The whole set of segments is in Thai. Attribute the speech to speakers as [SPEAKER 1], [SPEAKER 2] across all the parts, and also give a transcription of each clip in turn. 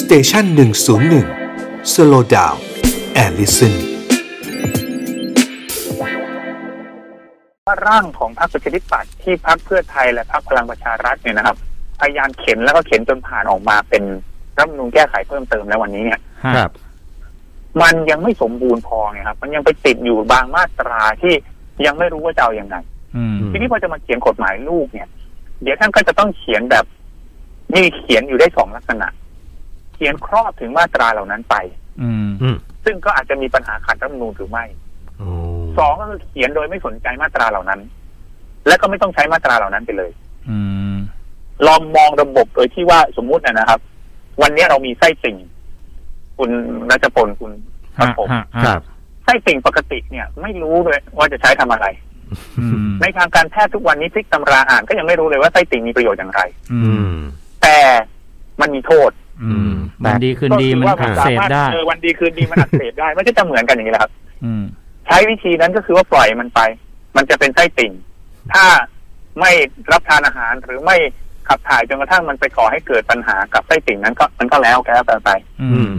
[SPEAKER 1] สเตชันหนึ่งศูนย์หนึ่งสโลดาวแอลลิสัน
[SPEAKER 2] ว่าร่างของพรรคประชาธิปัตย์ที่พรรคเพื่อไทยและพรรคพลังประชารัฐเนี่ยนะครับพยายามเข็นแล้วก็เข็นจนผ่านออกมาเป็นรัฐธรรมนูญแก้ไขเพิ่มเติมแล้ววันนี้เนี่ย
[SPEAKER 3] ครับ
[SPEAKER 2] มันยังไม่สมบูรณ์พอไงครับ มันยังไปติดอยู่บางมาตราที่ยังไม่รู้ว่าจะเอาอย่างไง
[SPEAKER 3] อืม
[SPEAKER 2] ทีนี้พอจะมาเขียนกฎหมายลูกเนี่ย เดี๋ยวท่านก็จะต้องเขียนแบบมีเขียนอยู่ได้สองลักษณะ เขียนครอบถึงมาตราเหล่านั้นไป
[SPEAKER 3] อืม
[SPEAKER 2] ซึ่งก็อาจจะมีปัญหาขัดรัฐธรรมนูญหรือไม่ สองก็คือเขียนโดยไม่สนใจมาตราเหล่านั้น และก็ไม่ต้องใช้มาตราเหล่านั้นไปเลย
[SPEAKER 3] อืม
[SPEAKER 2] ลองมองระบบโดยที่ว่าสมมุตินะนะครับ วันนี้เรามีไส้ติ่ง คุณรัชพลคุณครับผม
[SPEAKER 4] ครับ
[SPEAKER 2] ไส้ติ่งปกติเนี่ย ไม่รู้เลยว่าจะใช้ทำอะไร
[SPEAKER 3] อืม
[SPEAKER 2] ในทางการแพทย์ทุกวันนี้พลิกตำราอ่านก็ยังไม่รู้เลยว่าไส้ติ่งมีประโยชน์อย่างไร
[SPEAKER 3] อื
[SPEAKER 4] อื
[SPEAKER 3] ม
[SPEAKER 4] ม
[SPEAKER 2] แต่มันมีโทษ
[SPEAKER 3] อืมมันดีขึ้นดีมัน
[SPEAKER 2] ก็
[SPEAKER 3] อั
[SPEAKER 2] คื
[SPEAKER 3] ก
[SPEAKER 2] ว่า
[SPEAKER 3] เสบได้
[SPEAKER 2] เออวันดีคืนดีมันอักเสบได้ มันก็จะเหมือนกันอย่างนี้แหละครับ
[SPEAKER 3] อืม
[SPEAKER 2] ใช้วิธีนั้นก็คือว่าปล่อยมันไป มันจะเป็นไส้ติ่ง ถ้าไม่รับทานอาหารหรือไม่ขับถ่ายจนกระทั่งมันไปก่อให้เกิดปัญหากับไส้ติ่งนั้นก็มันก็แล้วแกแล้วกันไป
[SPEAKER 3] อื
[SPEAKER 4] อื
[SPEAKER 3] ม
[SPEAKER 4] ม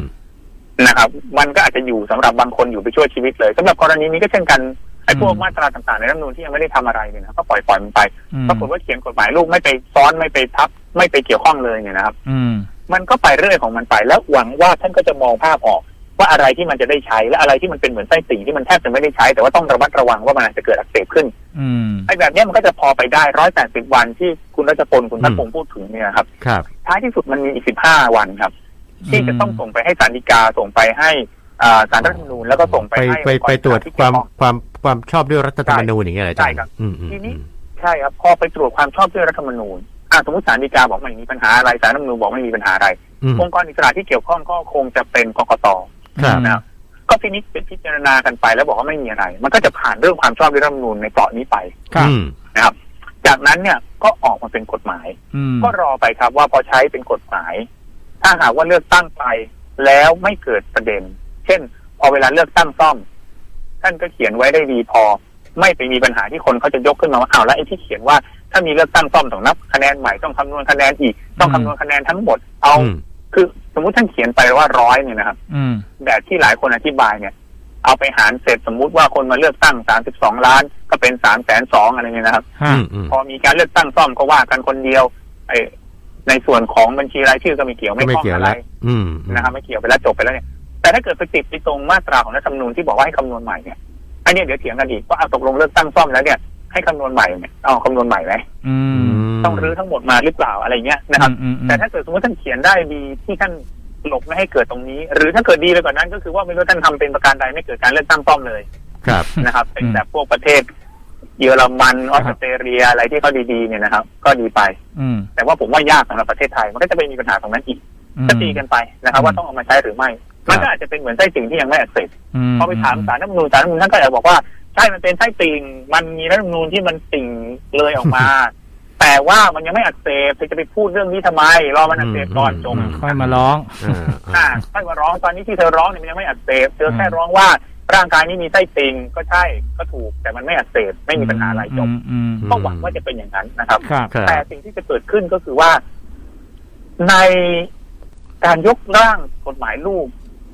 [SPEAKER 2] นะครับ มันก็อาจจะอยู่สำหรับบางคนอยู่ไปช่วยชีวิตเลยสำหรับกรณีนี้ก็เช่นกันไอ้พวก
[SPEAKER 3] อืม
[SPEAKER 2] มาตราต่างๆในรัฐธรรมนูญที่ยังไม่ได้ทำอะไรเนี่ยนะก็ปล่อยปล่อยมันไป
[SPEAKER 3] อืม
[SPEAKER 2] ปรากฏว่าเขียนกฎหมายลูกไม่ไปซ้อนไม่ไปทับ ไม่ไปเกี่ยวข้องเลยเนี่ยนะครับ
[SPEAKER 3] อืม
[SPEAKER 2] มันก็ไปเรื่อยของมันไปแล้วหวังว่าท่านก็จะมองภาพออก ว่าอะไรที่มันจะได้ใช้และอะไรที่มันเป็นเหมือนไส้ติ่งที่มันแทบจะไม่ได้ใช้ แต่ว่าต้องระมัดระวังว่ามันอาจจะเกิดอักเสบขึ้น
[SPEAKER 3] อืม
[SPEAKER 2] ไอ้แบบเนี้ยมันก็จะพอไปได้ร้อยแปดสิบวันที่คุณรัชพลคุณทัพพงษ์พูดถึงเนี่ยครับ
[SPEAKER 4] ครับ
[SPEAKER 2] ท้ายที่สุดมันมีอีกสิบห้าวันครับ ที่จะต้องส่งไปให้ศาลฎีกาส่งไปให้อ่าศาลรัฐธรรมนูญแล้วก็ส่งไป
[SPEAKER 4] ไป
[SPEAKER 2] ให้
[SPEAKER 4] ไป
[SPEAKER 2] องค์ก
[SPEAKER 4] ไปตรวจ
[SPEAKER 2] ที่เกี่ย
[SPEAKER 4] ความ
[SPEAKER 2] ข้อง
[SPEAKER 4] ความความชอบด้วยรัฐธรรมนูญอย่างเงี้ยเหรออาจาร
[SPEAKER 2] ใช่
[SPEAKER 4] ย์
[SPEAKER 2] ครับ
[SPEAKER 4] อืมอืม
[SPEAKER 2] ที
[SPEAKER 4] อื
[SPEAKER 2] นี้
[SPEAKER 4] ม
[SPEAKER 2] ใช่ครับพอไปตรวจความชอบด้วยรัฐธรรมนูญอ่ะสมมติศาลฎีกาบอกไม่มีปัญหาอะไรศาลรัฐธรรมนูญบอกไม่มีปัญหาอะไร
[SPEAKER 4] อืม
[SPEAKER 2] องค์กรอิสระที่เกี่ยวข้องก็คงจะเป็นกกต
[SPEAKER 4] ครับ
[SPEAKER 2] นะครับก็พินิจเป็นพิจารณากันไปแล้วบอกว่าไม่มีอะไร มันก็จะผ่านเรื่องความชอบด้วยรัฐธรรมนูญในเกาะนี้ไป
[SPEAKER 3] ครับ
[SPEAKER 4] อืม
[SPEAKER 2] นะครับ จากนั้นเนี่ยก็ออกมาเป็นกฎหมาย
[SPEAKER 3] อืม
[SPEAKER 2] ก็รอไปครับว่าพอใช้เป็นกฎหมาย ถ้าหากว่าเลือกตั้งไปแล้วไม่เกิดประเด็น เช่น พอเวลาเลือกตั้งซ่อม ท่านก็เขียนไว้ได้ดีพอ ไม่ไปมีปัญหาที่คนเขาจะยกขึ้นมาว่าอ้าวแล้วไอ้ที่เขียนว่าถ้ามีเลือกตั้งซ่อมต้องนับคะแนนใหม่ต้องคำนวณคะแนนอีกต้องคำนวณคะแนนทั้งหมดเอา
[SPEAKER 4] อืม
[SPEAKER 2] คือสมมุติท่านเขียนไปว่าร้อยเนี่ยนะครับ
[SPEAKER 3] อืม
[SPEAKER 2] แบบที่หลายคนอธิบายเนี่ย เอาไปหารเสร็จสมมุติว่าคนมาเลือกตั้ง 32 ล้าน ก็เป็น 3 แสนสองอะไรเงี้ยนะครับ
[SPEAKER 3] อื
[SPEAKER 4] อื
[SPEAKER 3] ม
[SPEAKER 4] มอืม
[SPEAKER 2] พอมีการเลือกตั้งซ่อมก็ว่ากันคนเดียวไอในส่วนของบัญชีรายชื่อก็ไม่เกี่ยว
[SPEAKER 4] ก็
[SPEAKER 2] ไม่
[SPEAKER 4] ไม่
[SPEAKER 2] ข้อง
[SPEAKER 4] เกี่ยว
[SPEAKER 2] อะไร
[SPEAKER 4] แล้วอืมอืม
[SPEAKER 2] นะครับไม่เกี่ยวไปแล้วจบไปแล้วเนี่ย แต่ถ้าเกิดไปติดไปตรงมาตราของรัฐธรรมนูญที่บอกว่าให้คำนวณใหม่เนี่ยอันเนี้ยเดี๋ยวเถียงกันอีกว่าเอาตกลงเลือกตั้งซ่อมแล้วเนี่ยให้คำนวณใหม่เนี่ยเอาคำนวณใหม่ไหม
[SPEAKER 3] อื
[SPEAKER 4] อื
[SPEAKER 3] ม
[SPEAKER 4] ม
[SPEAKER 2] ต้องรื้อทั้งหมดมาหรือเปล่าอะไรเงี้ยนะครับ
[SPEAKER 3] อืมอืม
[SPEAKER 2] แต่ถ้าเกิดสมมติท่านเขียนได้ดีที่ท่านหลบไม่ให้เกิดตรงนี้ หรือถ้าเกิดดีไปกว่านั้นก็คือว่าไม่รู้ท่านทำเป็นประการใดไม่เกิดการเลือกตั้งซ่อมเลย
[SPEAKER 4] ครับ
[SPEAKER 2] นะครับ เป็นแบบพวกประเทศ เยอรมันออสเตรเลียอะไรที่เขาดีๆเนี่ยนะครับ ก็ดีไป
[SPEAKER 3] อืม
[SPEAKER 2] แต่ว่าผมว่ายากสำหรับประเทศไทย มันก็จะไปมีปัญหาตรงนั้นอีก
[SPEAKER 3] อืม
[SPEAKER 2] ก็ตีกันไปนะครับ ว่าต้องเอามาใช้หรือไม่
[SPEAKER 4] ครับ
[SPEAKER 2] มันก็อาจจะเป็นเหมือนไส้ติ่งที่ยังไม่อักเสบ
[SPEAKER 3] อื
[SPEAKER 2] พอไปถามสารรัฐธรรมนูญสารรัฐธรรมนูญท่านก็อาจจะบอกว่าใช่มันเป็นไส้ติ่งมันมีรัฐธรรมนูญที่มันติ่งเลยออก มา แต่ว่ามันยังไม่อักเสบเธอจะไปพูดเรื่องนี้ทำไมรอมันอักเสบก่อนจบ
[SPEAKER 3] อืมค่อยมาร้อง
[SPEAKER 4] อ่า
[SPEAKER 2] อ่า
[SPEAKER 4] อ่า
[SPEAKER 2] ค่อยมาร้องตอนนี้ที่เธอร้องเนี่ยมันยังไม่อักเสบเธอแค่ร้องว่าร่างกายนี้มีไส้ติ่งก็ใช่ก็ถูกแต่มันไม่อักเสบไม่มีปัญหาอะไรจบ
[SPEAKER 3] มอืม
[SPEAKER 2] ก็หวังว่าจะเป็นอย่างนั้นนะครับ
[SPEAKER 3] ครับ
[SPEAKER 4] ครับ
[SPEAKER 2] แต่สิ่งที่จะเกิดขึ้นก็คือว่า ในการยกร่างกฎหมายลูก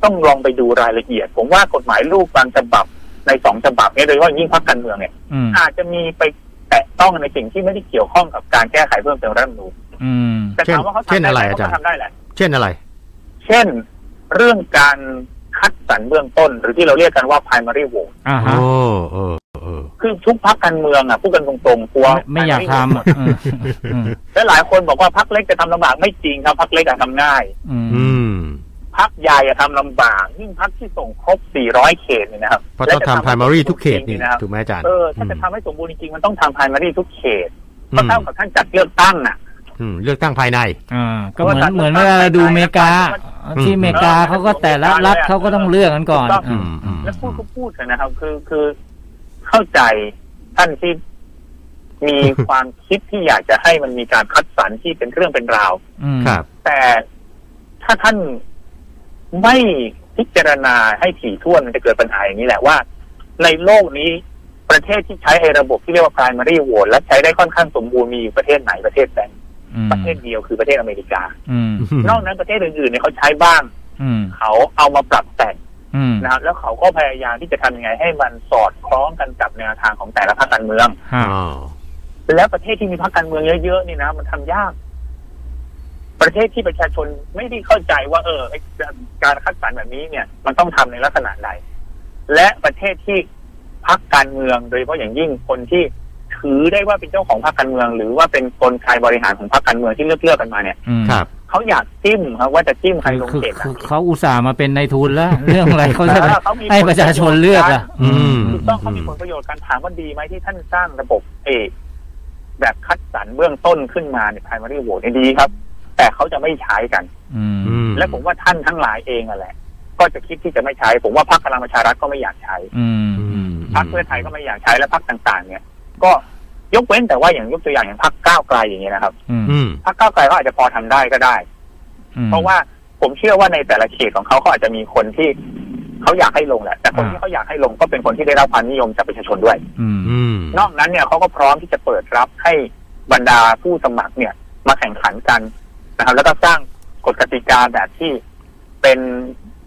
[SPEAKER 2] ต้องลองไปดูรายละเอียด ผมว่ากฎหมายลูกบางฉบับในสองฉบับเนี่ยโดยเฉพาะอย่างยิ่งพรรคการเมืองเนี่ย
[SPEAKER 3] อืม
[SPEAKER 2] อาจจะมีไปแตะต้องในสิ่งที่ไม่ได้เกี่ยวข้องกับการแก้ไขเพิ่มเติมรัฐธรรมนูญ
[SPEAKER 3] อืม
[SPEAKER 2] แต่ถามว่าเขาทำได้ไหมเขาก็ทำได้แหละ
[SPEAKER 4] เช่นอะไร
[SPEAKER 2] เช่น เรื่องการคัดสรรเบื้องต้น หรือที่เราเรียกกันว่า primary vote
[SPEAKER 3] อ่าฮะ
[SPEAKER 4] โอ้เออเออ
[SPEAKER 2] คือทุกพักการเมืองอ่ะพูดกันตรงๆกลัว
[SPEAKER 3] ไม่ไม่อยาก
[SPEAKER 2] primary vote
[SPEAKER 3] ทำอ่ะอืมอืม
[SPEAKER 2] และหลายคนบอกว่าพักเล็กจะทำลำบากไม่จริงครับพักเล็กอะทำง่าย
[SPEAKER 3] อืม
[SPEAKER 4] อืม
[SPEAKER 2] พักใหญ่อะทำลำบากยิ่งพักที่ส่งครบ 400 เขตเนี่ยนะครับ
[SPEAKER 4] เพราะต้อง
[SPEAKER 2] และจะ
[SPEAKER 4] ทำ primary ทุกเขตนี่
[SPEAKER 2] นะครับ
[SPEAKER 4] ถูกไหมอาจารย์
[SPEAKER 2] เออถ้าจะทำให้สมบูรณ์จริงๆมันต้องทำ primary ทุกเขต
[SPEAKER 4] อื
[SPEAKER 2] ก็
[SPEAKER 4] ม
[SPEAKER 2] เท่ากับท่านจัดเลือกตั้งน่ะ
[SPEAKER 4] อืมเลือกตั้งภายใน
[SPEAKER 3] อ่าก็เหมือนเหมือนเวลาเราดูอเมริกา
[SPEAKER 4] อืม
[SPEAKER 3] ที่อเมริกาเขาก็แต่ละรัฐเขาก็ต้องเลือกกันก่อน
[SPEAKER 2] ถูกต้อง
[SPEAKER 4] อืมอืม
[SPEAKER 2] แล้วพูดก็พูดกันนะครับ คือคือเข้าใจท่านที่ มีความคิดที่อยากจะให้มันมีการคัดสรรที่เป็นเรื่องเป็นราว
[SPEAKER 3] อืม
[SPEAKER 4] ครับ
[SPEAKER 2] แต่ถ้าท่านไม่พิจารณาให้ถี่ถ้วนมันจะเกิดปัญหาอย่างนี้แหละว่า ในโลกนี้ประเทศที่ใช้ไอ้ระบบที่เรียกว่า primary vote และใช้ได้ค่อนข้างสมบูรณ์มีอยู่ประเทศไหนประเทศแบง
[SPEAKER 3] อืม
[SPEAKER 2] ประเทศเดียวคือประเทศอเมริกา
[SPEAKER 3] อืม
[SPEAKER 2] นอกนั้นประเทศอื่นๆเนี่ยเขาใช้บ้าง
[SPEAKER 3] อืม
[SPEAKER 2] เขาเอามาปรับแต่ง
[SPEAKER 3] อืม
[SPEAKER 2] นะครับ แล้วเขาก็พยายามที่จะทำยังไงให้มันสอดคล้องกันกับแนวทางของแต่ละพรรคการเมือง
[SPEAKER 3] ฮะ
[SPEAKER 4] อ๋อ
[SPEAKER 2] และประเทศที่มีพรรคการเมืองเยอะๆนี่นะ มันทำยาก ประเทศที่ประชาชนไม่ได้เข้าใจว่า เออไอ้การคัดสรรแบบนี้เนี่ย มันต้องทำในลักษณะใดและประเทศที่พรรคการเมือง โดยเฉพาะอย่างยิ่งคนที่ถือได้ว่าเป็นเจ้าของพรรคการเมือง หรือว่าเป็นกลไกบริหารของพรรคการเมืองที่เลือกเลือกๆกันมาเนี่ย
[SPEAKER 3] อืม
[SPEAKER 4] ครับ
[SPEAKER 2] เขาอยากจิ้มครับว่าจะจิ้มใครลง
[SPEAKER 3] คือ
[SPEAKER 2] เขตไหน
[SPEAKER 3] คือเขาอุตส่าห์มาเป็นในายทุนแล้ว เรื่องอะไรเขาจะ
[SPEAKER 2] เออเขามี
[SPEAKER 3] ให้ประชาชนเลือกอ่ะ
[SPEAKER 4] อืม
[SPEAKER 2] ถูกต้องเขามีผลประโยชน์การถามว่าดีไหมที่ท่านสร้างระบบเออแบบคัดสรรเบื้องต้นขึ้นมาใน primary vote เนี่ยดีครับ แต่เขาจะไม่ใช้กัน
[SPEAKER 3] อืม
[SPEAKER 4] อื
[SPEAKER 2] และผมว่าท่านทั้งหลายเองนั่นแหละ ก็จะคิดที่จะไม่ใช้ ผมว่าพรรคพลังประชารัฐก็ไม่อยากใช้
[SPEAKER 3] อืม
[SPEAKER 4] อืม
[SPEAKER 2] พรรคเพื่อไทยก็ไม่อยากใช้และพรรคต่าง ๆ เนี่ย ก็ยกเว้นแต่ว่าอย่างยกตัวอย่างอย่างพรรคก้าวไกลอย่างเงี้ยนะครับ
[SPEAKER 3] อืม
[SPEAKER 4] อืม
[SPEAKER 2] พรรคก้าวไกลก็อาจจะพอทำได้ก็ได้
[SPEAKER 3] อืม
[SPEAKER 2] เพราะว่าผมเชื่อว่าในแต่ละเขตของเขาเขาอาจจะมีคนที่เขาอยากให้ลงแหละ แต่คนที่
[SPEAKER 3] อ่า
[SPEAKER 2] เขาอยากให้ลงก็เป็นคนที่ได้รับความนิยมจากประชาชนด้วย
[SPEAKER 3] อืม
[SPEAKER 4] อืม
[SPEAKER 2] นอกนั้นเนี่ยเขาก็พร้อมที่จะเปิดรับให้บรรดาผู้สมัครเนี่ย มาแข่งขันกันนะครับ แล้วก็สร้างกฎกติกาแบบที่เป็น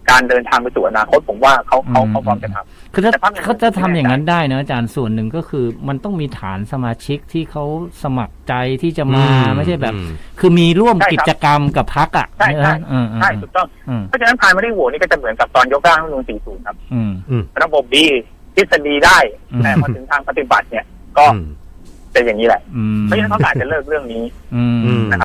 [SPEAKER 2] การเดินทางไปสู่อนาคตผมว่าเขาเขาเขาพร้อมจะท
[SPEAKER 3] คือถ้า
[SPEAKER 2] แต่ภาพใน
[SPEAKER 3] เขาจะทำอย่างนั้นได้เนอะอาจารย์ส่วนหนึ่งก็คือ มันต้องมีฐานสมาชิกที่เขาสมัครใจที่จะมาไม่ใช่แบบ
[SPEAKER 4] อืม
[SPEAKER 3] คือมีร่วม
[SPEAKER 2] ใช่ครับ
[SPEAKER 3] กิจกรรมกับพักอ่ะ
[SPEAKER 2] ใช่ใช่
[SPEAKER 3] เนื้อ
[SPEAKER 2] ำ
[SPEAKER 3] ใช่
[SPEAKER 2] ใช่ถูกต้อง
[SPEAKER 3] อืม
[SPEAKER 2] เพราะฉะนั้นพายมาได้โหวตนี่ก็จะเหมือนกับตอนยกร่างรัฐธรรมนูล40 ครับ
[SPEAKER 3] อืม
[SPEAKER 2] ระบบดีทฤษฎีได้
[SPEAKER 3] อืม
[SPEAKER 2] แต่พอถึงทางปฏิบัติเนี่ย ก็
[SPEAKER 4] อืม
[SPEAKER 2] จะอย่างนี้แหละ
[SPEAKER 3] อืม
[SPEAKER 2] เพราะฉะนั้นเขาอาจจะเลิกเรื่องนี้
[SPEAKER 3] อืม
[SPEAKER 4] อืม